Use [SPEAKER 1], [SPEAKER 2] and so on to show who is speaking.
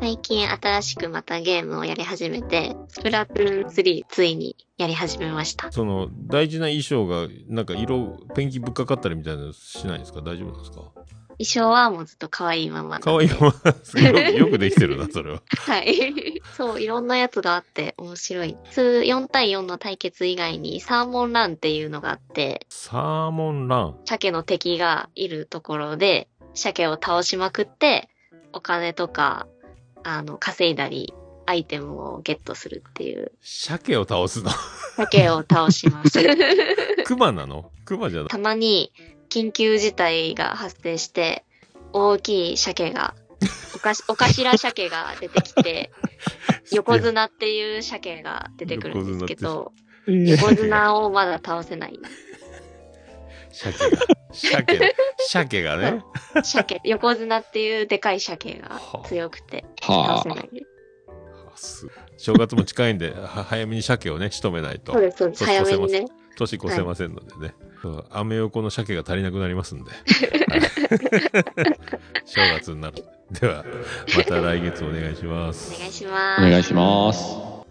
[SPEAKER 1] 最近新しくまたゲームをやり始めて、スプラトゥーン3ついにやり始めました。
[SPEAKER 2] その大事な衣装がなんか色ペンキぶっかかったりみたいなのしないんですか大丈夫なんですか
[SPEAKER 1] 衣装はもうずっと可愛いまま。
[SPEAKER 2] 可愛いままよくよくできてるなそれは
[SPEAKER 1] はい。 そう、いろんなやつがあって面白い。普通4対4の対決以外にサーモンランっていうのがあって、
[SPEAKER 2] サーモンラン
[SPEAKER 1] 鮭の敵がいるところで、鮭を倒しまくって、お金とか、あの、稼いだり、アイテムをゲットするって いう、
[SPEAKER 2] 鮭を倒すの
[SPEAKER 1] 鮭を倒します。
[SPEAKER 2] クマなのクマじゃない
[SPEAKER 1] たまに緊急事態が発生して、大きい鮭が、おかし、お かしら鮭が出てきて、横 綱っていう鮭が出てくるんですけど、
[SPEAKER 3] ええ
[SPEAKER 1] 横綱をまだ倒せない。
[SPEAKER 2] 鮭が鮭鮭がね
[SPEAKER 1] 鮭、 横綱っていうでかい鮭が強くて、倒
[SPEAKER 3] は
[SPEAKER 1] せな
[SPEAKER 3] あ。
[SPEAKER 1] いです。
[SPEAKER 2] あす正月も近いんでは早めに鮭をね仕留めないと
[SPEAKER 1] そうです、そうです。
[SPEAKER 2] そう
[SPEAKER 1] 早
[SPEAKER 2] そう
[SPEAKER 1] めにね。
[SPEAKER 2] 年越せませんのでね、そうアメ横の鮭が足りなくなりま すんではい正月になるではまた来月お願いします
[SPEAKER 1] お願いします。
[SPEAKER 3] お願いします。